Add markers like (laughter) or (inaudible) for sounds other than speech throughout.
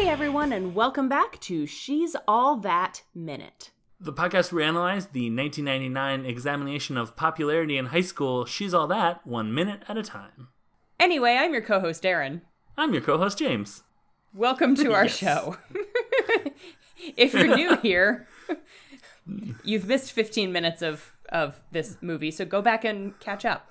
everyone, and welcome back to She's All That Minute. The podcast where we analyze the 1999 examination of popularity in high school, She's All That, one minute at a time. Anyway, I'm your co host, Aaron. I'm your co host, James. Welcome to our Yes. show. (laughs) if you're new here, you've missed 15 minutes of, of this movie, so go back and catch up.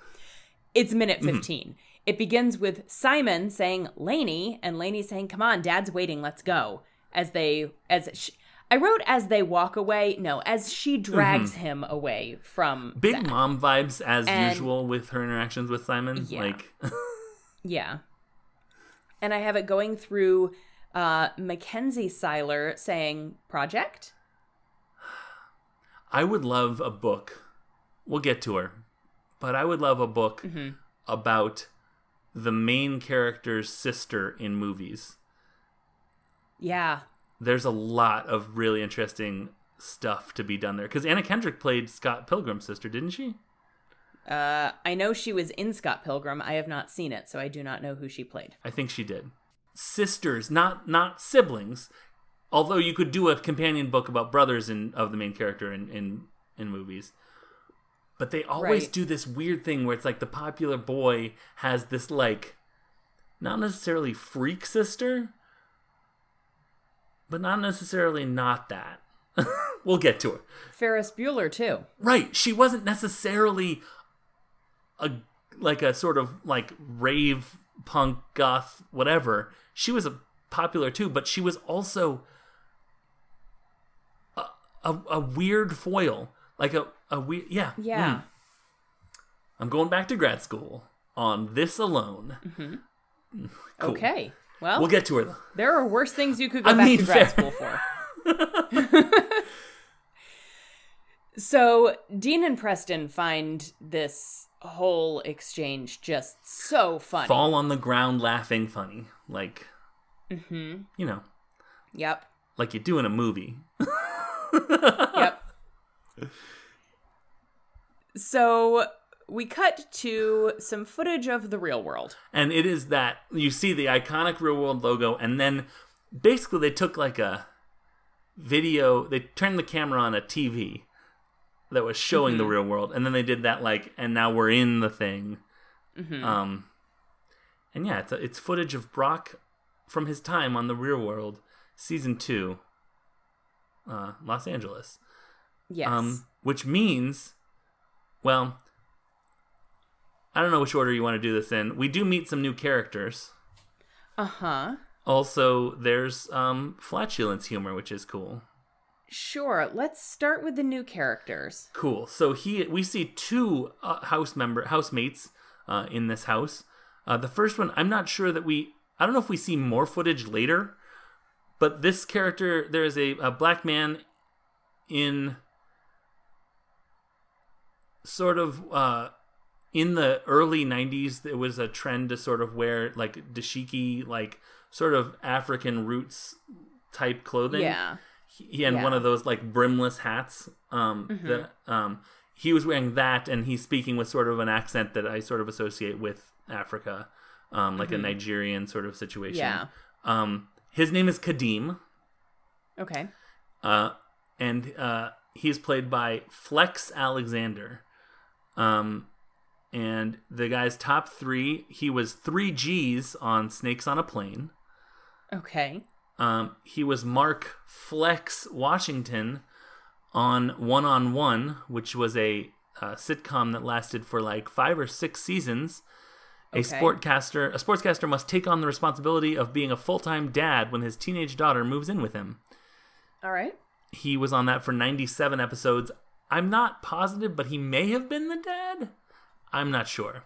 It's minute 15. It begins with Simon saying Laney and Laney saying, "Come on, dad's waiting, let's go." As they as sh I wrote as they walk away, no, as she drags him away from Big Zach. mom vibes as And- usual with her interactions with Simon. Yeah. Like, Yeah. And I have it going through uh, Mackenzie Seiler saying project. I would love a book. We'll get to her. But I would love a book Mm-hmm. about the main character's sister in movies. Yeah. there's a lot of really interesting stuff to be done there because Anna Kendrick played Scott Pilgrim's sister, didn't she? Uh, I know she was in Scott Pilgrim. I have not seen it, so I do not know who she played. I think she did. Sisters, not not siblings. Although you could do a companion book about brothers in, of the main character in in, in movies. But they always Right. do this weird thing where it's like the popular boy has this like not necessarily freak sister, but not necessarily not that. (laughs) we'll get to it. Ferris Bueller, too. Right. She wasn't necessarily a like a sort of like rave punk goth whatever. She was a popular too, but she was also a a, a weird foil, like a a weird yeah. Yeah. mm. I'm going back to grad school on this alone. Cool. Mm-hmm. Okay. Well, We'll get to her. though. there are worse things you could go I back mean, to grad fair. school for. (laughs) so Dean and Preston find this whole exchange just so funny. Fall on the ground laughing funny. Like, hmm you know, Yep. like you do in a movie. yep. So we cut to some footage of the real world. and it is that you see the iconic real world logo and then basically they took like a video they turned the camera on a tv that was showing the real world and then they did that like and now we're in the thing um and yeah it's, it's footage of brock from his time on the real world season two uh los angeles Yes. um, which means, well, I don't know which order you want to do this in. We do meet some new characters. uh huh. Also, there's um, flatulence humor, which is cool. Sure. Let's start with the new characters. Cool. So he, we see two uh, house member housemates uh, in this house. Uh, the first one, I'm not sure that we. I don't know if we see more footage later, but this character, there is a, a black man in sort of uh, in the early 90s. There was a trend to sort of wear like dashiki, like sort of African roots type clothing yeah. he had Yeah. Mm-hmm. one of those like brimless hats um that um he was wearing that and he's speaking with sort of an accent that i sort of associate with africa um like a nigerian sort of situation Mm-hmm. Yeah. um his name is kadim Okay. uh and uh he's played by flex alexander um and the guy's top three he was three g's on snakes on a plane Okay. um, he was Mark Flex Washington on One on One, which was a uh, sitcom that lasted for like five or six seasons. A Okay. sportcaster, a sportscaster must take on the responsibility of being a full-time dad when his teenage daughter moves in with him. All right. He was on that for 97 episodes. I'm not positive, but he may have been the dad. I'm not sure.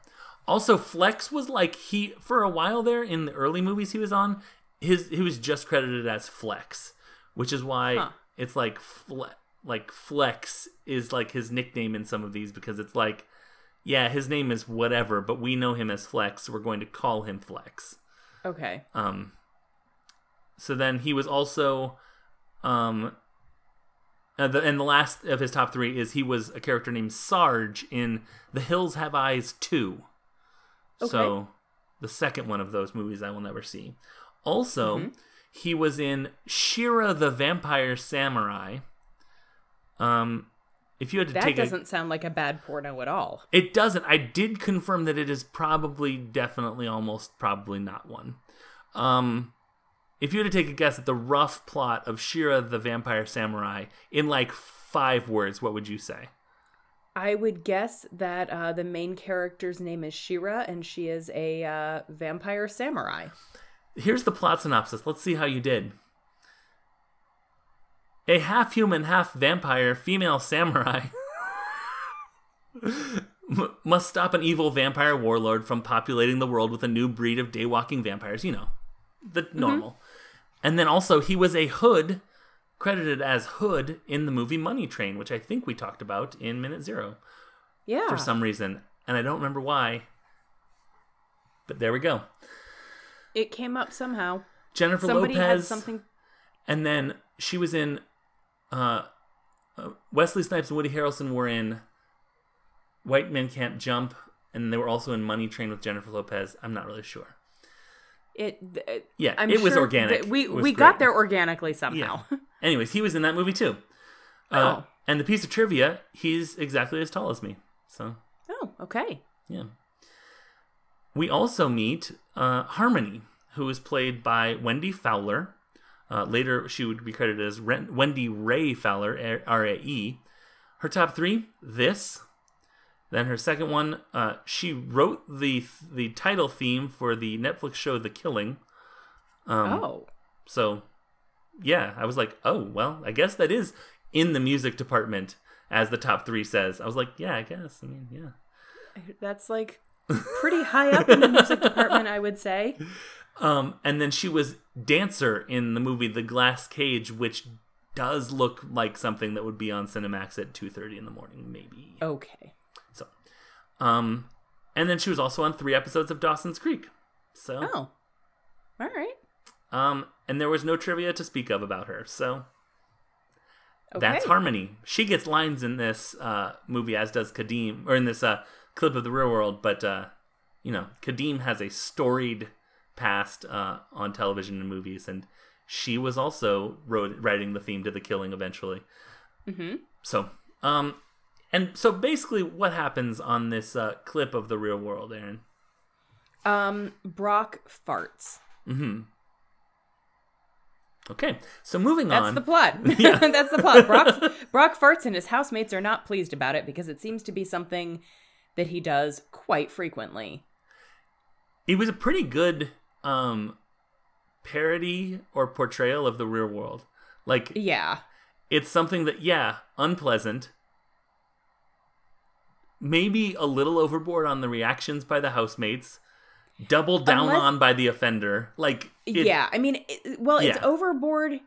Also, Flex was like he for a while there in the early movies he was on. His he was just credited as Flex, which is why Huh. it's like Fle- like Flex is like his nickname in some of these because it's like yeah his name is whatever, but we know him as Flex. So we're going to call him Flex. Okay. Um, so then he was also, um, uh, the, and the last of his top three is he was a character named Sarge in The Hills Have Eyes 2. Mm-hmm. So the second one of those movies I will never see. Also, He was in Shira the Vampire Samurai. Um, if you had to That take a doesn't sound like a bad porno at all. it doesn't. I did confirm that it is probably, definitely, almost probably not one. Um, if you were to take a guess at the rough plot of Shira the Vampire Samurai in like five words, what would you say? I would guess that uh, the main character's name is Shira, and she is a uh, vampire samurai. Here's the plot synopsis. Let's see how you did. A half human, half vampire female samurai (laughs) m- must stop an evil vampire warlord from populating the world with a new breed of daywalking vampires, you know, the Mm-hmm. normal. And then also, he was a hood, credited as Hood in the movie Money Train, which I think we talked about in Minute Zero Yeah. for some reason. And I don't remember why. But there we go. It came up somehow. Jennifer Somebody Lopez. had something. And then she was in uh, uh, Wesley Snipes and Woody Harrelson were in White Men Can't Jump, and they were also in Money Train with Jennifer Lopez. I'm not really sure. It. it Yeah, I'm it was sure organic. that we It was we got great. there organically somehow. Anyways, he was in that movie too. Uh, Oh. And the piece of trivia, he's exactly as tall as me. So (laughs) oh, okay. yeah. We also meet uh, Harmony, who is played by Wendy Fowler. Uh, later, she would be credited as Ren- Wendy Ray Fowler, R A E. Her top three: this. Then her second one, uh, she wrote the the title theme for the Netflix show The Killing. Um, oh, So, yeah, I was like, oh well, I guess that is in the music department, as the top three says. I was like, yeah, I guess. I mean, yeah. that's like (laughs) pretty high up in the music department, I would say. Um, and then she was dancer in the movie The Glass Cage, which does look like something that would be on Cinemax at two thirty in the morning, maybe. Okay. So, um, and then she was also on three episodes of Dawson's Creek. So, Oh, all right. um, and there was no trivia to speak of about her. So Okay. that's Harmony. She gets lines in this uh, movie, as does Kadeem, or in this uh, clip of the real world. But uh, you know, Kadeem has a storied past uh, on television and movies, and she was also wrote, writing the theme to The Killing eventually. Mm-hmm. So, um, and so basically, what happens on this uh, clip of the real world, Aaron? Um, Brock farts. Mm-hmm. Okay, so moving That's on. the plot. (laughs) (laughs) Yeah. That's the plot. (laughs) Brock, Brock farts, and his housemates are not pleased about it because it seems to be something that he does quite frequently. it was a pretty good um parody or portrayal of the real world like Yeah. it's something that yeah unpleasant maybe a little overboard on the reactions by the housemates doubled down Unless- on by the offender like it- yeah. I mean, it, well, it's Yeah. overboard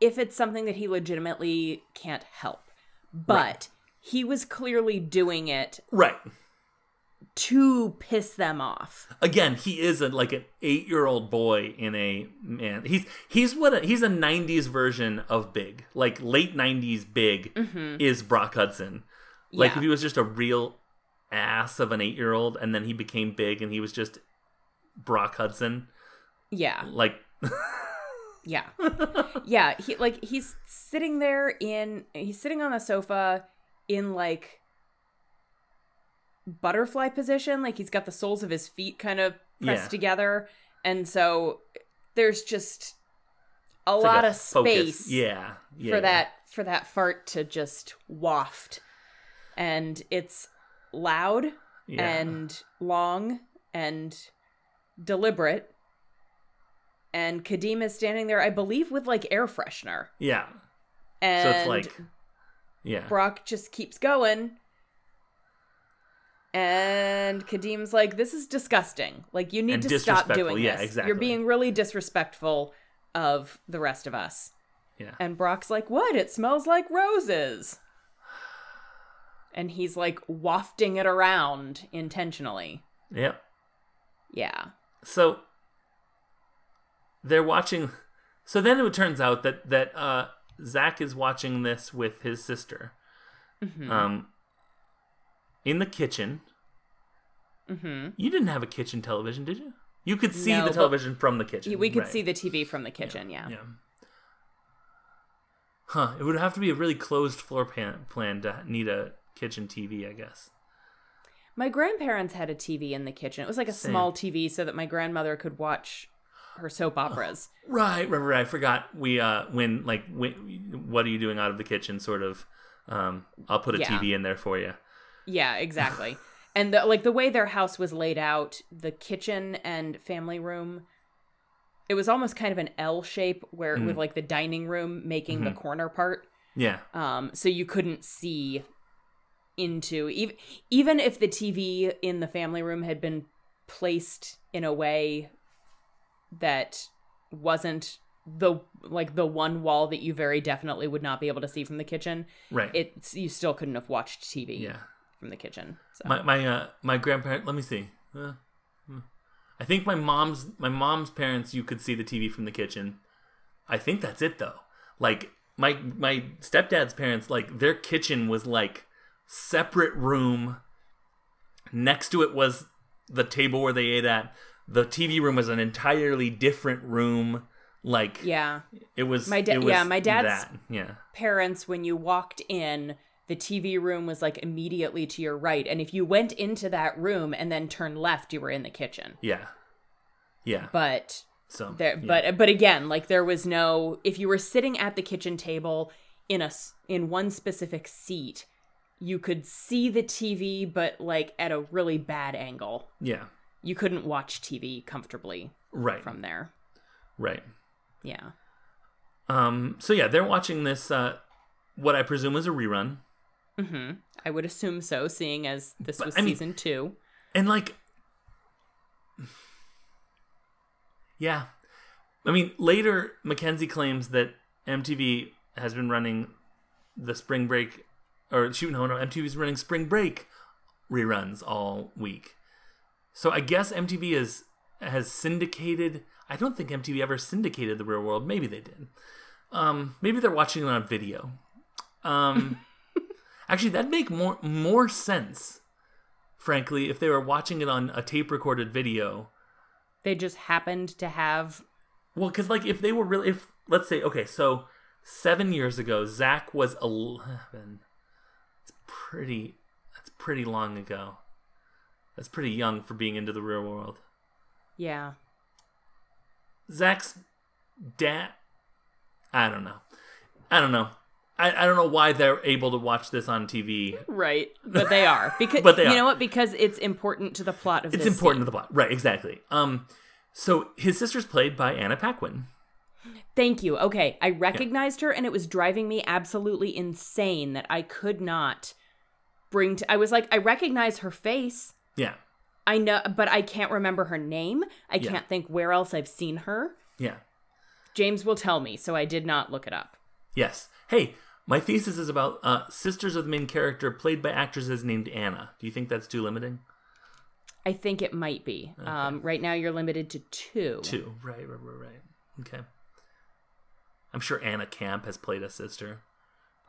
if it's something that he legitimately can't help. But Right. he was clearly doing it right to piss them off. again he is a, like an eight-year-old boy in a man he's he's what a, he's a 90s version of big like late 90s big Mm-hmm. is Brock Hudson. Like Yeah. if he was just a real ass of an eight year old and then he became big and he was just Brock Hudson. Yeah. Like Yeah. yeah, he like he's sitting there in he's sitting on the sofa in like butterfly position, like he's got the soles of his feet kind of pressed Yeah. together and so there's just a it's like lot of focus. space Yeah. yeah. for that for that fart to just waft. And it's loud Yeah. and long and deliberate. And Kadeem is standing there, I believe, with like air freshener. Yeah. And So it's like Yeah. Brock just keeps going. And Kadeem's like, this is disgusting. Like, you need And to stop disrespectful. doing Yeah, this. exactly. You're being really disrespectful of the rest of us. Yeah. And Brock's like, What? It smells like roses. And he's like wafting it around intentionally. Yep. Yeah. So they're watching so then it turns out that that uh Zach is watching this with his sister. Mm-hmm. Um in the kitchen. mm-hmm. You didn't have a kitchen television, did you? You could see No, the but- television from the kitchen. We could right. see the TV from the kitchen. Yeah. Yeah. Huh. It would have to be a really closed floor plan, plan to need a kitchen TV, I guess. My grandparents had a TV in the kitchen. It was like a Same. small TV so that my grandmother could watch her soap operas. Right, right, right. I forgot. We uh, when like when, what are you doing out of the kitchen? Sort of. Um, I'll put a Yeah. TV in there for you. Yeah, exactly. and the, like the way their house was laid out, the kitchen and family room, it was almost kind of an L shape where with like the dining room making the corner part. Yeah. Um, so you couldn't see into even even if the TV in the family room had been placed in a way that wasn't the like the one wall that you very definitely would not be able to see from the kitchen Right. it you still couldn't have watched tv yeah. from the kitchen. So My my uh, my grandparent. Let me see. Uh, hmm. I think my mom's my mom's parents. You could see the TV from the kitchen. I think that's it though. Like my my stepdad's parents. Like their kitchen was like separate room. Next to it was the table where they ate at. The TV room was an entirely different room. Like yeah, it was. My da- it was yeah, my dad's- that. Yeah. parents when you walked in, the TV room was like immediately to your right, and if you went into that room and then turned left, you were in the kitchen. Yeah. Yeah. But so there, yeah. but but again, like there was no if you were sitting at the kitchen table in a s- in one specific seat, you could see the TV, but like at a really bad angle. yeah. You couldn't watch TV comfortably Right. from there. Right. Yeah. Um, so yeah, they're watching this, uh, what I presume is a rerun, hmm I would assume so, seeing as this But, was I mean- season two. and like, yeah, I mean, later Mackenzie claims that MTV has been running the Spring Break, or shoot, no, no, MTV's running Spring Break reruns all week. So I guess MTV is has syndicated. I don't think MTV ever syndicated the Real World. Maybe they did. Um, maybe they're watching it on video. Um, actually, that'd make more more sense, frankly, if they were watching it on a tape recorded video. They just happened to have Well, because like if they were really, if let's say, okay, so seven years ago, Zach was eleven. It's pretty. That's pretty long ago. That's pretty young for being into the real world. yeah. Zach's dad. I don't know. I don't know. I, I don't know why they're able to watch this on TV. Right. But they (laughs) are. Because But they you are. know what? Because it's important to the plot of It's this important to the plot, right? Exactly. Um, so his sister's played by Anna Paquin. scene. Thank you. Okay. I recognized her and it was driving me absolutely insane that I could not bring to I was like, I recognize her face. Yeah, I know but I can't remember her name. I Yeah. can't think where else I've seen her. yeah, James will tell me, so I did not look it up. yes. Hey, my thesis is about uh, sisters of the main character played by actresses named Anna. Do you think that's too limiting? I think it might be. Um, right now you're limited to two. Two. Right, right, right, right. Okay. I'm sure Anna Camp has played a sister.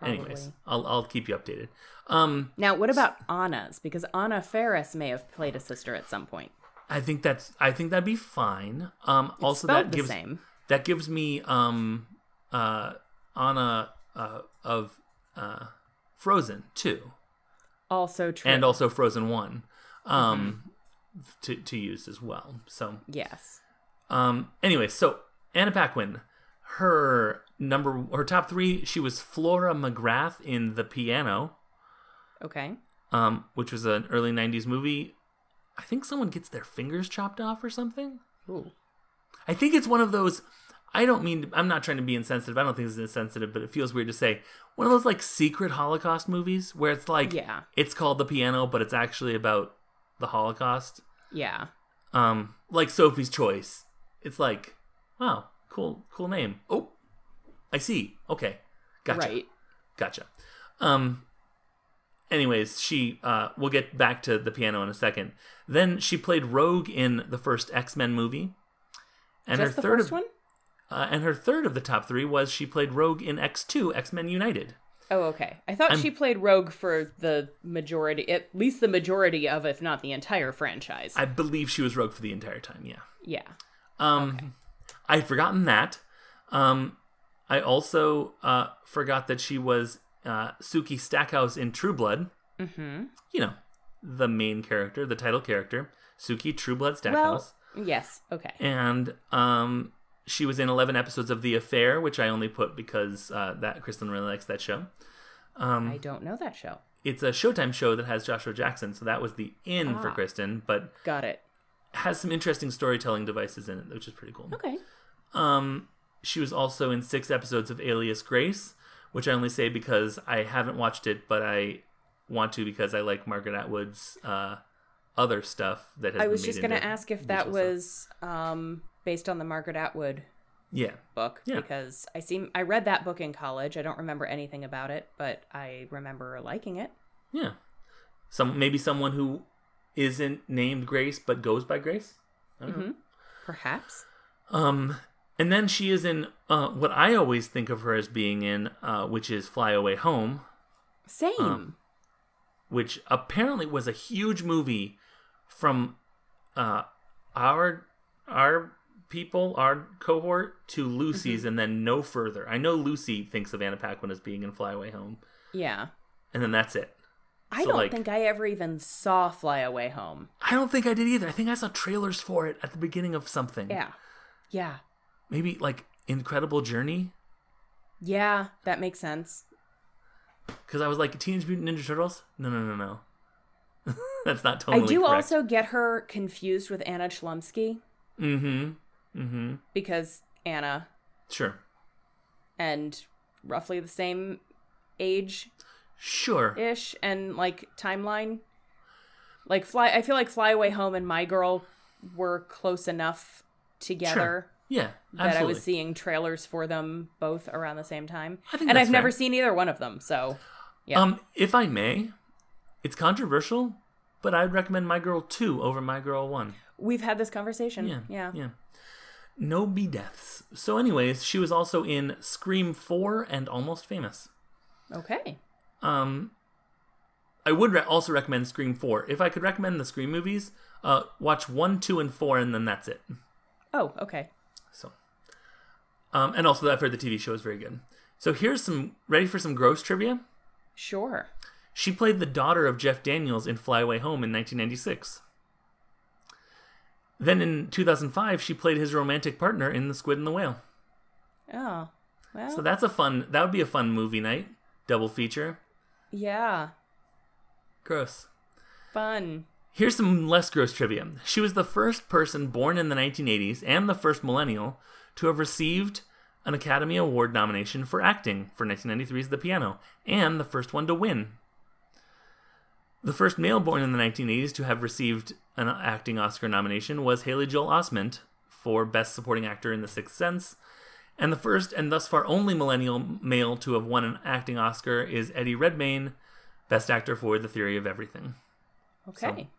Anyways, Probably. I'll I'll keep you updated. Um, Now, what about Anna's? Because Anna Ferris may have played a sister at some point. I think that's I think that'd be fine. Um also Spelled that the gives same. that gives me um uh Anna uh of uh Frozen 2 Also true. and also Frozen 1 um Mm-hmm. to to use as well. So yes. um anyway, so Anna Paquin her number her top 3 she was Flora McGrath in The Piano Okay. um which was an early 90s movie. I think someone gets their fingers chopped off or something. Ooh. I think it's one of those. I don't mean. I'm not trying to be insensitive. I don't think this is insensitive, but it feels weird to say one of those like secret Holocaust movies where it's like Yeah. it's called the piano, but it's actually about the Holocaust. Yeah. Um, like Sophie's Choice. It's like, wow, cool, cool name. Oh, I see. Okay, gotcha, Right. gotcha. Um. Anyways, she. Uh, we'll get back to the piano in a second. Then she played Rogue in the first X Men movie. And Just the third first of- one? uh, and her third of the top three was she played Rogue in X2 X Men United. Oh, okay. I thought I'm- she played Rogue for the majority, at least the majority of, if not the entire franchise. I believe she was Rogue for the entire time. Yeah. yeah. Um, I'd forgotten that. Um, I also uh, forgot that she was uh, Suki Stackhouse in True Blood. Mm-hmm. You know, the main character, the title character, Suki True Blood Stackhouse. Well, yes. Okay. and um, she was in 11 episodes of The Affair, which I only put because uh, that Kristen really likes that show. Um, I don't know that show. It's a Showtime show that has Joshua Jackson, so that was the in for Kristen, but Got it. has some interesting storytelling devices in it, which is pretty cool. Okay. Um, she was also in six episodes of Alias Grace, which I only say because I haven't watched it, but I want to because I like Margaret Atwood's uh, other stuff that has I been was made just going to into ask if that visual stuff. was um, based on the Margaret Atwood yeah book Yeah. because I seem I read that book in college. I don't remember anything about it, but I remember liking it. yeah some maybe someone who isn't named Grace but goes by Grace. I don't know. Perhaps. Um, and then she is in uh, what I always think of her as being in, uh, which is Fly Away Home, Same. Um, which apparently was a huge movie from uh, our our people, our cohort to Lucy's, Mm-hmm. and then no further. I know Lucy thinks of Anna Paquin as being in Fly Away Home, yeah. and then that's it. I so, don't like- think I ever even saw Fly Away Home. I don't think I did either. I think I saw trailers for it at the beginning of something. Yeah. Yeah. maybe like Incredible Journey, Yeah, that makes sense. because I was like Teenage Mutant Ninja Turtles. No, no, no, (laughs) no. that's not totally. I do correct. also get her confused with Anna Chlumsky Mm-hmm. Mm-hmm. because Anna Sure. and roughly the same age Sure. ish and like timeline. Like fly I feel like Fly Away Home and My Girl were close enough together Yeah. that Absolutely. I was seeing trailers for them both around the same time. I think And I've that's never fair. seen either one of them, so yeah. Um, if I may, it's controversial, but I'd recommend My Girl Two over My Girl One. we've had this conversation. Yeah. yeah. Yeah. No be deaths. So, anyways, she was also in Scream Four and Almost Famous. Okay. Um, I would re- also recommend Scream Four. If I could recommend the Scream movies, uh, watch one, two, and four, and then that's it. Oh, okay. So, um, and also I've heard the TV show is very good. So here's some ready for some gross trivia. Sure. She played the daughter of Jeff Daniels in Fly Away Home in 1996. Then in 2005, she played his romantic partner in The Squid and the Whale. Oh. Well So that's a fun. That would be a fun movie night, double feature. yeah. Gross. Fun. Here's some less gross trivia. She was the first person born in the 1980s and the first millennial to have received an Academy Award nomination for acting for 1993's The Piano, and the first one to win. The first male born in the 1980s to have received an acting Oscar nomination was Haley Joel Osment for Best Supporting Actor in The Sixth Sense. And the first and thus far only millennial male to have won an acting Oscar is Eddie Redmayne, Best Actor for The Theory of Everything Okay.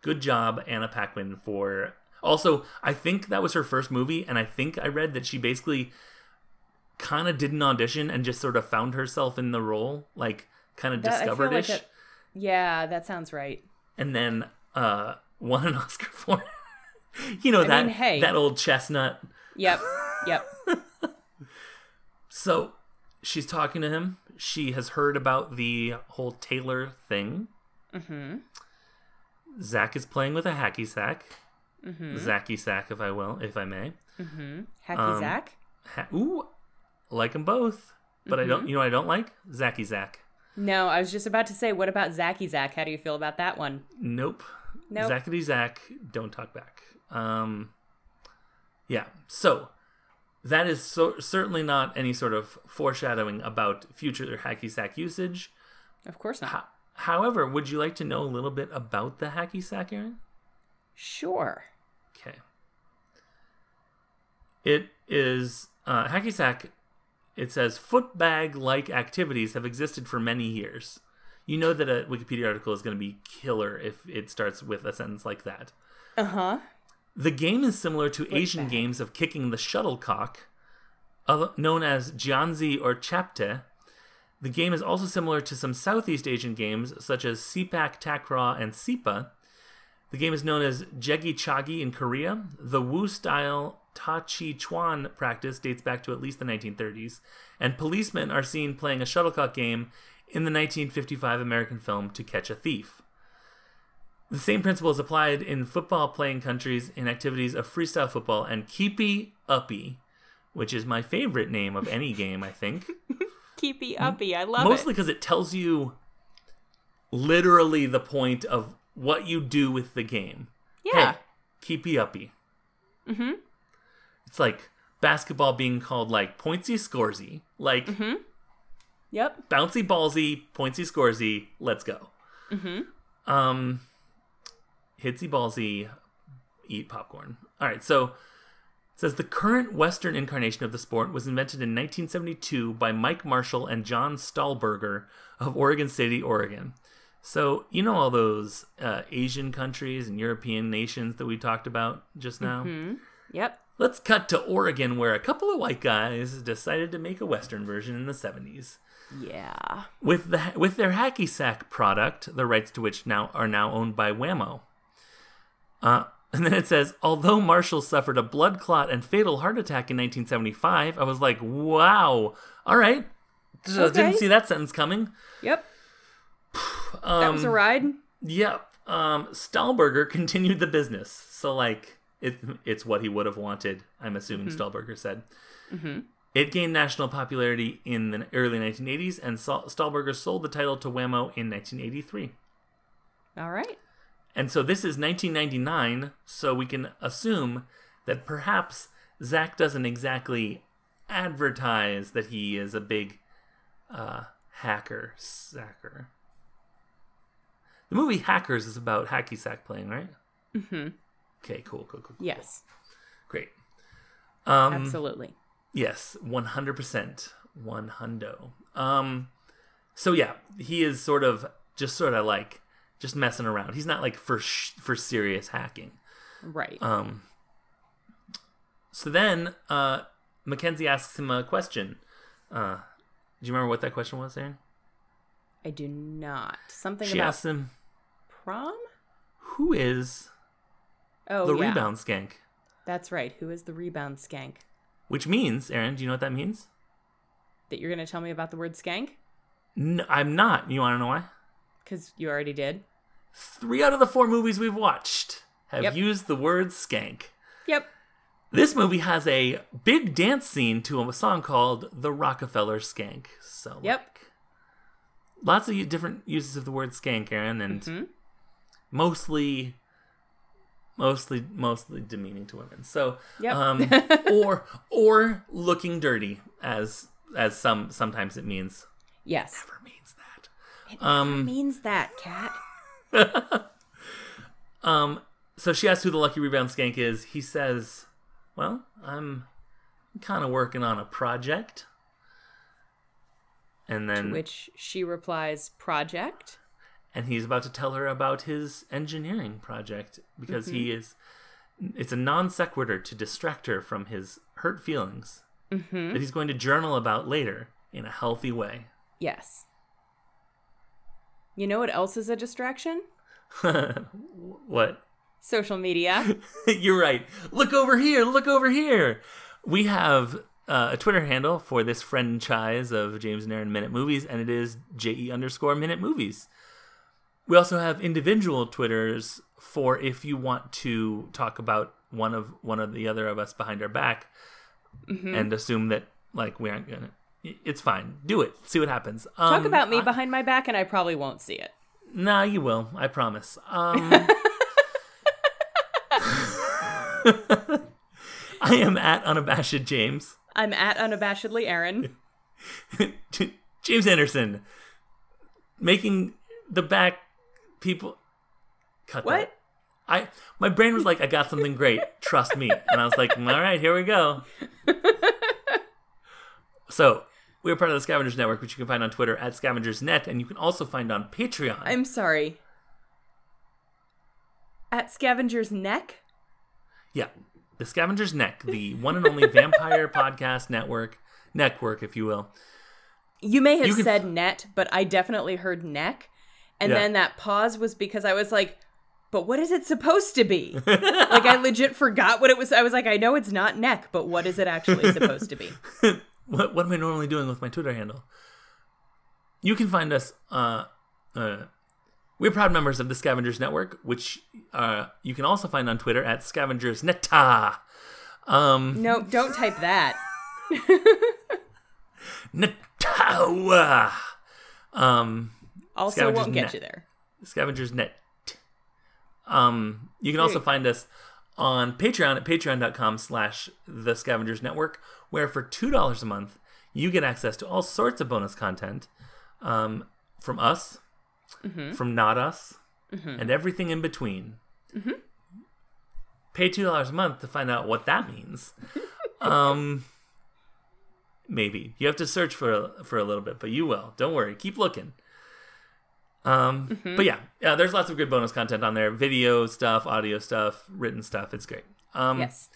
good job anna paquin for also i think that was her first movie and i think i read that she basically kind of did an audition and just sort of found herself in the role like kind of That- I feel like discovered-ish that- yeah, that sounds right. and then uh won an (laughs) oscar for it. you know I that mean, hey. that old chestnut Yep. Yep. (laughs) so she's talking to him she has heard about the whole taylor thing mm-hmm. zach is playing with a hacky sack Mm-hmm. zacky sack if i will if i may Mm-hmm. Hacky Um, Zack. Ha- Ooh, like them both, but I don't. You know, what I don't like Zacky Zack. No, I was just about to say, what about Zacky Zack? How do you feel about that one? Nope. Nope. Zackety Zack. Don't talk back. Um. Yeah. So that is so, certainly not any sort of foreshadowing about future hacky sack usage. Of course not. Ho- however, would you like to know a little bit about the hacky sack, Aaron? Sure. Okay. It is uh, hacky sack. It says foot bag like activities have existed for many years. You know that a Wikipedia article is going to be killer if it starts with a sentence like that. Uh huh. The game is similar to Asian bag. games of kicking the shuttlecock, other- known as jianzi or chapte, The game is also similar to some Southeast Asian games such as Sipak, Takraw, and Sipa. The game is known as Jegi Chagi in Korea. The Wu style Ta Chi Chuan practice dates back to at least the 1930s, and policemen are seen playing a shuttlecock game in the 1955 American film To Catch a Thief. The same principle is applied in football playing countries in activities of freestyle football and keepy uppy, which is my favorite name of any game, I think. Keepy uppy. I (laughs) love Mostly it. because it tells you literally the point of what you do with the game. Yeah. Hey, keepy uppy. hmm It's like basketball being called like pointsy scoresy, like Yep. bouncy ballsy, pointsy scoresy, let's go. hmm Um, hitsy ballsy, eat popcorn. All right, so it says the current Western incarnation of the sport was invented in 1972 by Mike Marshall and John Stahlberger of Oregon City, Oregon. So you know all those uh, Asian countries and European nations that we talked about just now. Yep. Let's cut to Oregon, where a couple of white guys decided to make a Western version in the 70s. Yeah. With, the, with their Hacky Sack product, the rights to which now are now owned by Whammo. Uh, (laughs) and then it says, although Marshall suffered a blood clot and fatal heart attack in 1975, I was like, wow, all right. So I Okay. Didn't see that sentence coming. Yep. (sighs) Um, That was a ride. Yep. Um, Stahlberger (laughs) continued the business. So, like, it, it's what he would have wanted, I'm assuming Stahlberger said. Mhm. It gained national popularity in the early 1980s, and Sa- Stahlberger sold the title to Whammo in 1983. All right. And so this is 1999, so we can assume that perhaps Zach doesn't exactly advertise that he is a big uh, hacker. Sacker. The movie Hackers is about hacky sack playing, right? hmm Okay, cool, cool, cool. cool. Yes. Great. Um, absolutely. Yes, one hundred percent, one hundo. Um, so yeah, he is sort of just sort of like just messing around. He's not like for sh- for serious hacking. Right. Um, so then uh, Mackenzie asks him a question. Uh, do you remember what that question was, Aaron? I do not. Something She about asks him, prom? "Who is Oh, the yeah. rebound skank?" That's right. Who is the rebound skank? Which means, Aaron, do you know what that means? That you're going to tell me about the word skank? No, I'm not. You want to know why? Because you already did. Three out of the four movies we've watched have Yep. used the word skank. Yep. This movie has a big dance scene to a song called "The Rockefeller Skank." So, Yep. like, lots of different uses of the word skank, Aaron, and Mhm. mostly, mostly, mostly demeaning to women. So, Yep. um, (laughs) or or looking dirty, as as some sometimes it means Yes. never means that. It Um, means that, cat. Um, so she asks who the lucky rebound skank is. He says, "Well, I'm kind of working on a project." And then, Which she replies, project. and he's about to tell her about his engineering project because Mm-hmm. he is. It's a non sequitur to distract her from his hurt feelings Mm-hmm. that he's going to journal about later in a healthy way. (laughs) Yes. You know what else is a distraction? what? (laughs) Social media. You're right. Look over here. Look over here. We have uh, a Twitter handle for this franchise of James and Aaron Minute Movies, and it is je underscore Minute Movies. We also have individual Twitters for if you want to talk about one of one of the other of us behind our back, Mm-hmm. and assume that like we aren't gonna. It's fine. Do it. See what happens. Talk Um, about me I- behind my back, and I probably won't see it. Nah, you will. I promise. Um, (laughs) I am at unabashed James. (laughs) I'm at unabashedly Aaron. James Anderson making the back people cut What? that. I my brain was like, I got something great. Trust me. And I was like, all right, here we go. so we're part of the Scavengers Network, which you can find on Twitter at scavengersnet, and you can also find on Patreon. I'm sorry. At Scavenger's Neck? Yeah. The Scavenger's Neck, the one and only vampire podcast network, network, if you will. You may You have can- said net, but I definitely heard neck. And Yeah. then that pause was because I was like, but what is it supposed to be? (laughs) like I legit forgot what it was. I was like, I know it's not neck, but what is it actually supposed to (laughs) be? (laughs) what, what am I normally doing with my Twitter handle? You can find us. Uh, uh, we're proud members of the Scavengers Network, which uh, you can also find on Twitter at scavengersneta. Um, No, don't type that. netawa. Um, Also, Scourge is won't get net. you there. Scavengers Net. Um, you can also find us on Patreon at patreon.com slash the Scavengers Network, where for $2 a month, you get access to all sorts of bonus content um, from us, from not us, and everything in between. Pay $2 a month to find out what that means. um, maybe. You have to search for a, for a little bit, but you will. Don't worry. Keep looking. Um, But yeah, yeah, there's lots of good bonus content on there video stuff, audio stuff, written stuff. It's great. Um, Yes.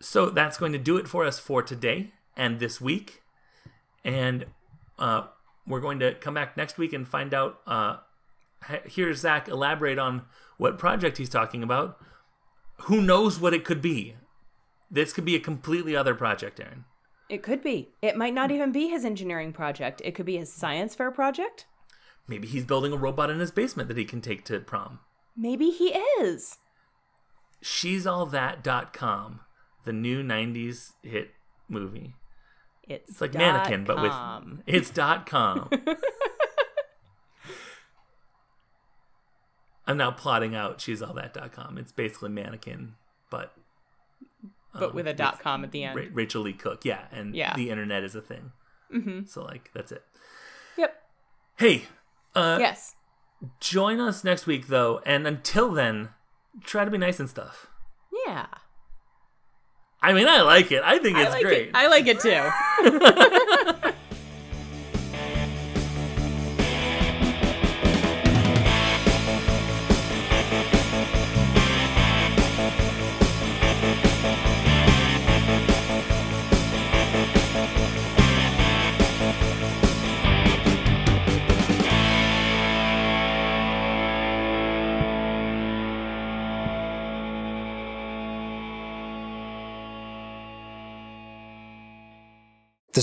So that's going to do it for us for today and this week. And uh, we're going to come back next week and find out, uh, he- hear Zach elaborate on what project he's talking about. Who knows what it could be? This could be a completely other project, Aaron. It could be. It might not even be his engineering project. It could be his science fair project. Maybe he's building a robot in his basement that he can take to prom. Maybe he is. She's All That.com, the new 90s hit movie. It's, It's like dot mannequin, but with com. it's (laughs) dot com. I'm now plotting out she's all that dot com. It's basically mannequin, but um, but Um, with a dot com at the end. Ra- Rachel Lee Cook, yeah, and Yeah. the internet is a thing. So like that's it. Mm-hmm. Yep. Hey, yes. join us next week though, and until then, try to be nice and stuff. Yeah. I mean, I like it. I think I it's like great. It. I like it too. The